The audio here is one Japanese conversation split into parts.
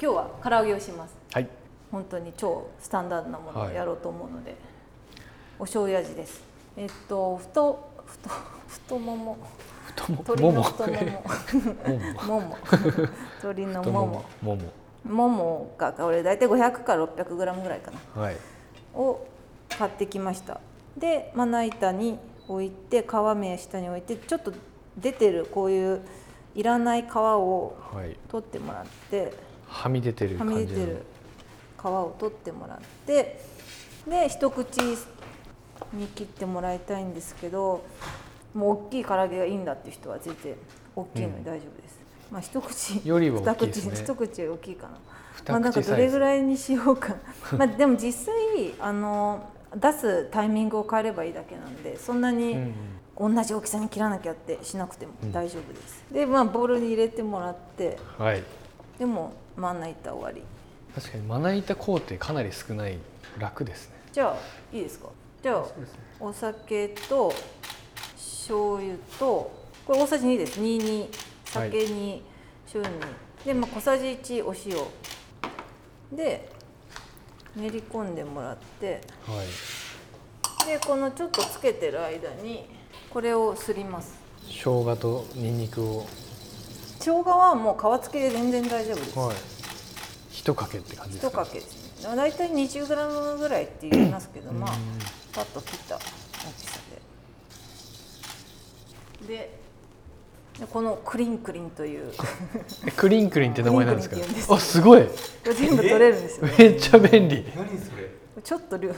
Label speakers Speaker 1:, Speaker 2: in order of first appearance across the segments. Speaker 1: 今日は唐揚げをします
Speaker 2: はい
Speaker 1: 本当に超スタンダードなものをやろうと思うので、お醤油味ですえっと太太太もも
Speaker 2: 太も
Speaker 1: 鶏
Speaker 2: も
Speaker 1: の
Speaker 2: も
Speaker 1: 太も
Speaker 2: も
Speaker 1: もも
Speaker 2: も
Speaker 1: も鶏の
Speaker 2: 太
Speaker 1: もも
Speaker 2: もも
Speaker 1: ももがこれ大体500から 600g ぐらいかな
Speaker 2: はい
Speaker 1: を買ってきましたでまな板に置いて皮目下に置いてちょっと出てるこういういらない皮を
Speaker 2: はい
Speaker 1: 取ってもらって
Speaker 2: はみ出て
Speaker 1: は
Speaker 2: る感じ
Speaker 1: み
Speaker 2: の
Speaker 1: 出てる皮を取ってもらってで一口に切ってもらいたいんですけどもう大きい唐揚げがいいんだっていう人は全然大きいので大丈夫です、まあ一口
Speaker 2: よりは大きいです
Speaker 1: 口
Speaker 2: ね
Speaker 1: 一口より大きいかな
Speaker 2: 二口
Speaker 1: まあなんかどれぐ
Speaker 2: い
Speaker 1: らいにしようか まあでも実際あの出すタイミングを変えればいいだけなんでそんな
Speaker 2: うんう
Speaker 1: に
Speaker 2: ん
Speaker 1: 同じ大きさに切らなきゃってしなくても
Speaker 2: うん
Speaker 1: 大丈夫です、でまあボウルに入れてもらって
Speaker 2: はい
Speaker 1: でもまな板終わり
Speaker 2: 確かにまな板工程かなり少ない楽ですね
Speaker 1: じゃあいいですかじゃあお酒と醤油とこれ大さじ2です22酒に、醤油にで、まあ、小さじ1お塩で練り込んでもらって
Speaker 2: はい
Speaker 1: でこのちょっとつけてる間にこれをすります
Speaker 2: 生姜とニンニクを
Speaker 1: 生姜はもう皮付きで全然大丈夫です、
Speaker 2: はい一かけって感じです
Speaker 1: 一
Speaker 2: か
Speaker 1: かけですね大体 20g ぐらいって言いますけどまあパッと切った大きさでででこのクリンクリンというこ
Speaker 2: えクリンクリンって名前なんですか
Speaker 1: クリンクリンって言うん
Speaker 2: あすごい
Speaker 1: れ全部取れるんですよ
Speaker 2: めっちゃ便利
Speaker 3: 何それ
Speaker 1: ちょっと量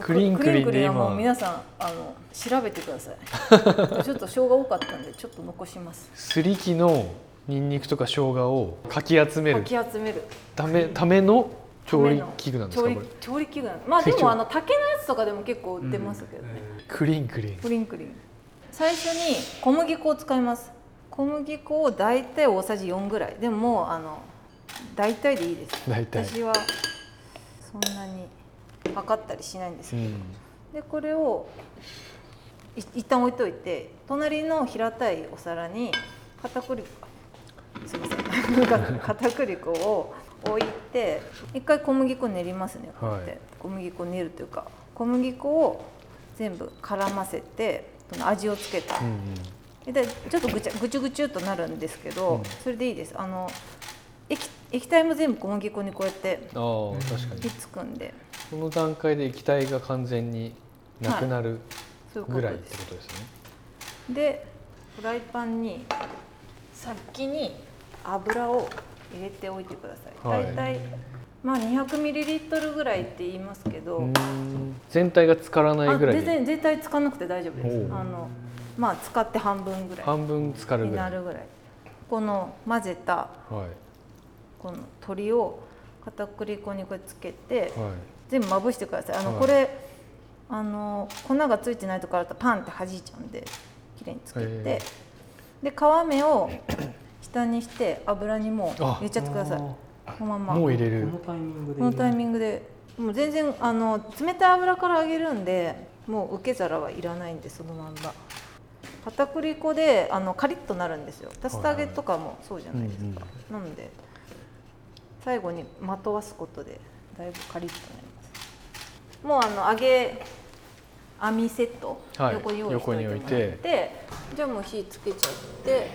Speaker 2: クリンクリンで今
Speaker 1: クはもう皆さんあの調べてくだ さいちょっと生姜多かったんでちょっと残します
Speaker 2: すりきのニンニクとか生姜をかき集め
Speaker 1: か
Speaker 2: る
Speaker 1: き集める
Speaker 2: ためための調理器具なんです
Speaker 1: 調
Speaker 2: か
Speaker 1: 理
Speaker 2: これ
Speaker 1: 調理器具なんまあで
Speaker 2: 適当
Speaker 1: もあの竹のやつとかでも結構売ってますけどね、
Speaker 2: クリンクリン
Speaker 1: クリンクリン最初に小麦粉を使います小麦粉を大体大さじ4ぐらいでももうあの大体でいいです
Speaker 2: 大体
Speaker 1: 私はそんなに測ったりしないんです
Speaker 2: う
Speaker 1: けど、
Speaker 2: ん
Speaker 1: でこれをい一旦置いといて隣の平たいお皿に片栗粉あすいません 片栗粉を置いて一回小麦粉練りますねこうやって、
Speaker 2: はい
Speaker 1: 小麦粉練るというか小麦粉を全部絡ませてその味をつけた、
Speaker 2: うんうん
Speaker 1: でちょっとぐちゃぐちゅぐちゅっとなるんですけど、
Speaker 2: うん
Speaker 1: それでいいですあの液液体も全部小麦粉にこうやって
Speaker 2: ああ確か
Speaker 1: ひ
Speaker 2: に
Speaker 1: っつくんで
Speaker 2: この段階で液体が完全になくなる
Speaker 1: そういうこ
Speaker 2: ぐ
Speaker 1: と
Speaker 2: らいっ
Speaker 1: で
Speaker 2: て
Speaker 1: す
Speaker 2: ことですね
Speaker 1: でフライパンに先に油を入れておいてください、
Speaker 2: はい
Speaker 1: 大体まあ200ミリリットルぐらいって言いますけど、
Speaker 2: うん全体が浸からない
Speaker 1: あ
Speaker 2: ぐら
Speaker 1: 全
Speaker 2: いで
Speaker 1: 然絶対使わなくて大丈夫で
Speaker 2: お
Speaker 1: す
Speaker 2: う
Speaker 1: あのまあ使って半分ぐらい
Speaker 2: 半分浸かる
Speaker 1: に
Speaker 2: ぐら
Speaker 1: ない
Speaker 2: は
Speaker 1: るぐらいこの混ぜた
Speaker 2: い
Speaker 1: この鶏を片栗粉にこれつけて
Speaker 2: はい
Speaker 1: 全部まぶしてくださいあの
Speaker 2: はい
Speaker 1: これあの粉がついてないところだとパンって弾いちゃうんで綺麗につけて、
Speaker 2: へ
Speaker 1: で皮目を下にして油にもう
Speaker 2: あ
Speaker 1: 入れちゃってくださいこのまま
Speaker 2: もう入れる
Speaker 3: このタイミングで
Speaker 1: このタイ
Speaker 3: ン
Speaker 1: ミングでもう全然あの冷たい油から揚げるんでもう受け皿はいらないんでそのまんま片栗粉であのカリッとなるんですよ竜田揚げとかもそうじゃないですか、なので最後にまとわすことでだいぶカリッとなりますもうあの揚げ網セット、
Speaker 2: はい
Speaker 1: 横に用意しておいてもらっ
Speaker 2: 横に置い
Speaker 1: てじゃあもう火つけちゃって、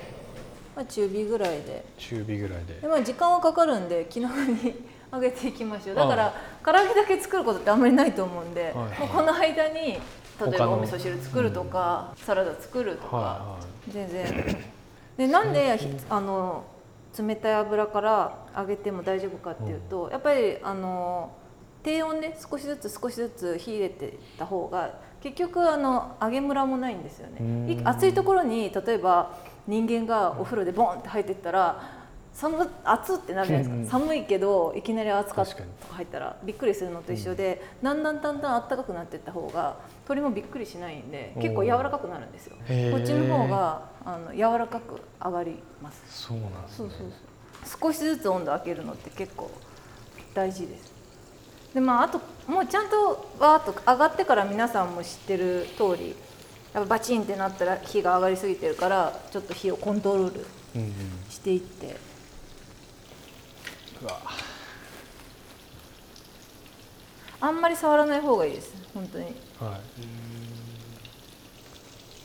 Speaker 1: まあ、中火ぐらいで
Speaker 2: 中火ぐらいで
Speaker 1: でまあ時間はかかるんで気長に 揚げていきましょうだから唐揚げだけ作ることってあんまりないと思うんで、
Speaker 2: いはい
Speaker 1: もうこの間に例え
Speaker 2: 他
Speaker 1: ば
Speaker 2: の
Speaker 1: お味噌汁作るとか、サラダ作るとか、
Speaker 2: は
Speaker 1: 全然でなんでひあの冷たい油から揚げても大丈夫かっていうと、やっぱりあの低温で少しずつ少しずつ火入れてった方が結局あの揚げムラもないんですよ
Speaker 2: うん
Speaker 1: ねい熱いところに例えば人間がお風呂でボンって入ってったら寒暑ってなるじゃないですか寒いけどいきなり暑かった
Speaker 2: 確かに
Speaker 1: とか入ったらびっくりするのと一緒で、だんだんだんだん暖かくなっていった方が鳥もびっくりしないんで結構柔らかくなるんですよ
Speaker 2: へー
Speaker 1: こっちの方があの柔らかく上がります
Speaker 2: いそうなんです
Speaker 1: そう
Speaker 2: ね
Speaker 1: そうそう少しずつ温度上げるのって結構大事ですでまああともうちゃんとわーっと上がってから皆さんも知ってる通りやっぱバチンってなったら火が上がりすぎてるからちょっと火をコントロール
Speaker 2: うんうん
Speaker 1: していって
Speaker 2: うわ
Speaker 1: あんまり触らない方がいいです本当に
Speaker 2: はい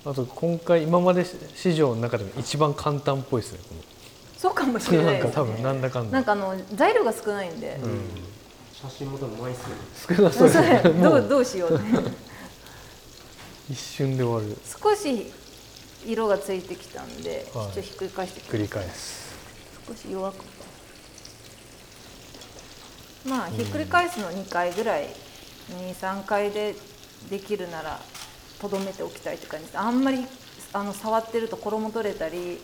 Speaker 2: あと今回今まで史上の中でも一番簡単っぽいですねこの
Speaker 1: そうかもしれない
Speaker 2: な
Speaker 1: で
Speaker 2: ん
Speaker 1: す、
Speaker 2: か
Speaker 1: ね、
Speaker 2: 多分なんだかん
Speaker 1: な
Speaker 2: だ
Speaker 1: んかあの材料が少ないんで、
Speaker 2: うん
Speaker 3: 写真も多分枚数
Speaker 2: 少なそうですねも
Speaker 1: どう
Speaker 2: う
Speaker 1: どうしよ うって
Speaker 2: 一瞬で終わる
Speaker 1: 少し色がついてきたんで、
Speaker 2: はい
Speaker 1: ちょっとひっくり返してき
Speaker 2: 繰り
Speaker 1: ます
Speaker 2: 返す
Speaker 1: 少し弱くまあひっくり返すの2回ぐらい23回でできるならとどめておきたいって感じですあんまりあの触ってると衣取れたり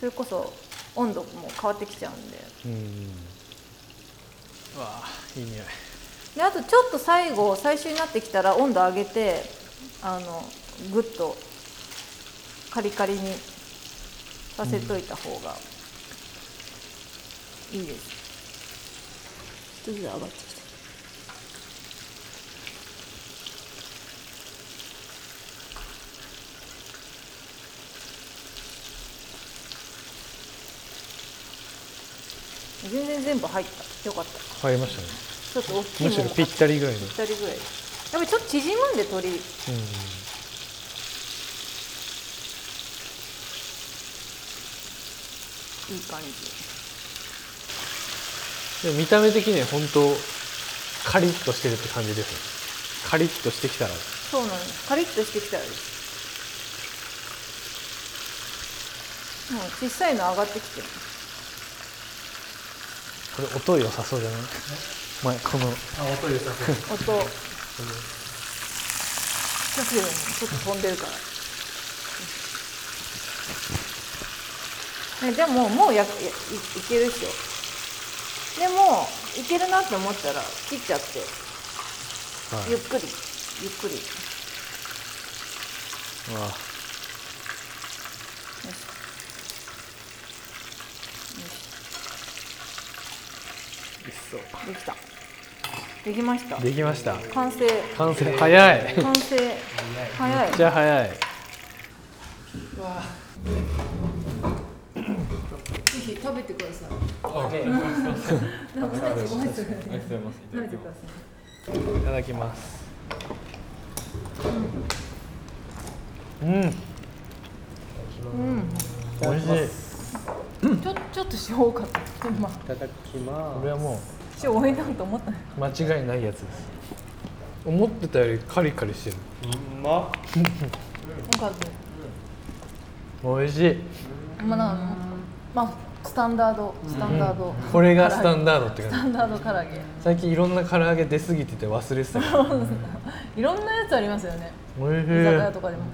Speaker 1: それこそ温度も変わってきちゃうんで
Speaker 2: うんうわあいい匂い
Speaker 1: であとちょっと最後最終になってきたら温度上げてあのグッとカリカリにさせといた方がいいです、ちょっとずつ上がってきた全然全部入ったよかった
Speaker 2: 入りましたね
Speaker 1: ちょっと大きい
Speaker 2: む
Speaker 1: も
Speaker 2: し
Speaker 1: の
Speaker 2: ろ
Speaker 1: が
Speaker 2: ぴったりぐらいの
Speaker 1: ぴったりぐらいやっぱりちょっと縮むんで鳥
Speaker 2: う
Speaker 1: いい感じ
Speaker 2: んでも見た目的には本当カリッとしてるって感じですねカリッとしてきたら
Speaker 1: そうなんですカリッとしてきたらですもう小さいの上がってきてる
Speaker 2: これ音良さそうじゃない前この
Speaker 3: あ音良さそう
Speaker 1: 音ちょっとちょっと飛んでるから、ね、でももうやいいいけるっしょでもいけるなって思ったら切っちゃって
Speaker 2: はい
Speaker 1: ゆっくりゆっくり
Speaker 2: うわ
Speaker 1: できたできました
Speaker 2: できました
Speaker 1: 完成
Speaker 2: 完成早い
Speaker 1: 完成早い
Speaker 2: じゃあ早い
Speaker 1: ぜひ食べてください
Speaker 4: ありがとうございます。
Speaker 1: 食べてくださ
Speaker 2: いただきますうん美味しい
Speaker 1: いちょちょっと塩多かったま
Speaker 3: いただきま
Speaker 2: これは
Speaker 1: あ
Speaker 2: も
Speaker 1: 塩多いなと思った
Speaker 2: う間違いないやつです思ってたよりカリカリしてる
Speaker 3: すう
Speaker 1: なん
Speaker 3: まっ
Speaker 1: かった
Speaker 2: 美味しい
Speaker 1: まあなんかまあスタンダードスタンダード、
Speaker 2: これがスタンダードって
Speaker 1: スタ
Speaker 2: 感じ
Speaker 1: ンダード唐揚げ
Speaker 2: 最近いろんな唐揚げ出過ぎてて忘れてたけど
Speaker 1: いろんなやつありますよね
Speaker 2: 美味
Speaker 1: 居酒屋
Speaker 2: し
Speaker 1: とかでも
Speaker 2: い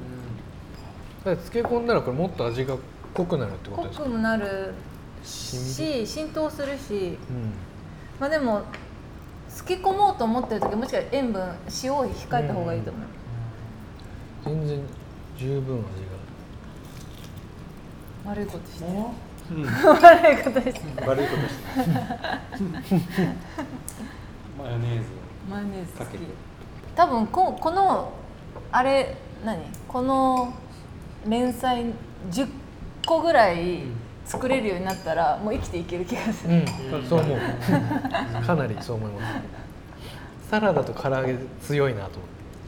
Speaker 2: だって漬け込んだらこれもっと味が濃くなるってこと
Speaker 1: 濃
Speaker 2: ですか
Speaker 1: くもなる
Speaker 2: 染みる
Speaker 1: し浸透するし
Speaker 2: うん
Speaker 1: まあでも漬け込もうと思ってる時もしかしたら塩分塩を控えた方がいいと思う、
Speaker 2: 全然十分味が
Speaker 1: 悪いことして
Speaker 3: うん
Speaker 1: 悪いことして
Speaker 3: 悪いことしてないマヨネーズ
Speaker 1: マヨネーズ好
Speaker 3: かけ
Speaker 1: き
Speaker 3: て
Speaker 1: 多分ここのあれ何この連載10個ぐらい作れるようになったらもう生きていける気がす る、
Speaker 2: うん、そう 思うかなりそう思いますサラダと唐揚げ強いなと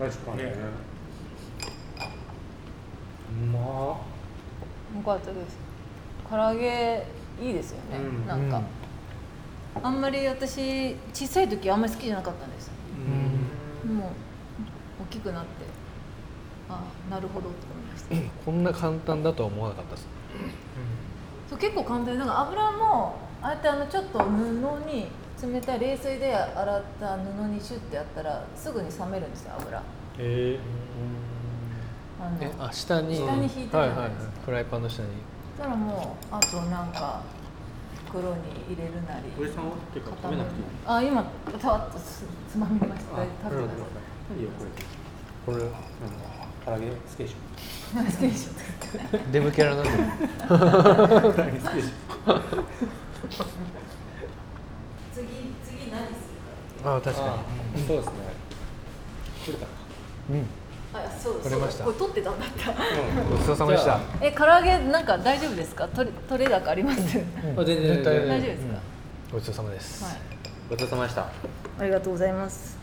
Speaker 2: 思って
Speaker 3: 確かにねうまっ
Speaker 1: よかったです唐揚げいいですよね、
Speaker 3: うん
Speaker 1: なんか、あんまり私小さい時あんまり好きじゃなかったんです
Speaker 3: うん
Speaker 1: もう大きくなってああなるほどって思いました
Speaker 2: こんな簡単だとは思わなかったです
Speaker 1: そう結構簡単でなんか油もああやってあのちょっと布に冷たい冷水で洗った布にシュッてやったらすぐに冷めるんですよ油
Speaker 3: え
Speaker 1: あの
Speaker 2: えあ下に
Speaker 1: 下に引いて
Speaker 2: は
Speaker 1: る
Speaker 2: い
Speaker 1: じゃないい
Speaker 2: はは
Speaker 1: で
Speaker 2: い
Speaker 1: すか
Speaker 2: フライパンの下に
Speaker 1: そしたらもうあとなんか袋に入れるなり
Speaker 3: 堀さんは結構食べなくていい
Speaker 1: あ今たわっとつつまみました
Speaker 3: あ
Speaker 1: 食べてくだ
Speaker 3: いいよこ
Speaker 2: こ
Speaker 3: れ
Speaker 2: れ
Speaker 3: うん唐揚げ好きでしょ
Speaker 1: さい好きでしょ
Speaker 2: デブキャラ なんで
Speaker 3: 唐揚げ好きでし
Speaker 1: 次次何す
Speaker 2: ああ確
Speaker 3: ょ
Speaker 2: か
Speaker 3: そうですね取れた
Speaker 2: にうん
Speaker 1: るあそう
Speaker 2: 取れました
Speaker 1: そうだこれ取ってたんだった
Speaker 2: ごちそうさまでした
Speaker 1: え唐揚げなんか大丈夫ですか取れ取れ高あります
Speaker 2: うん
Speaker 3: あ全然
Speaker 2: 絶対
Speaker 3: 全
Speaker 1: 大丈夫ですか
Speaker 2: うん
Speaker 5: ごちそうさまです、
Speaker 1: はい、
Speaker 2: ごちそうさまでした。
Speaker 1: ありがとうございます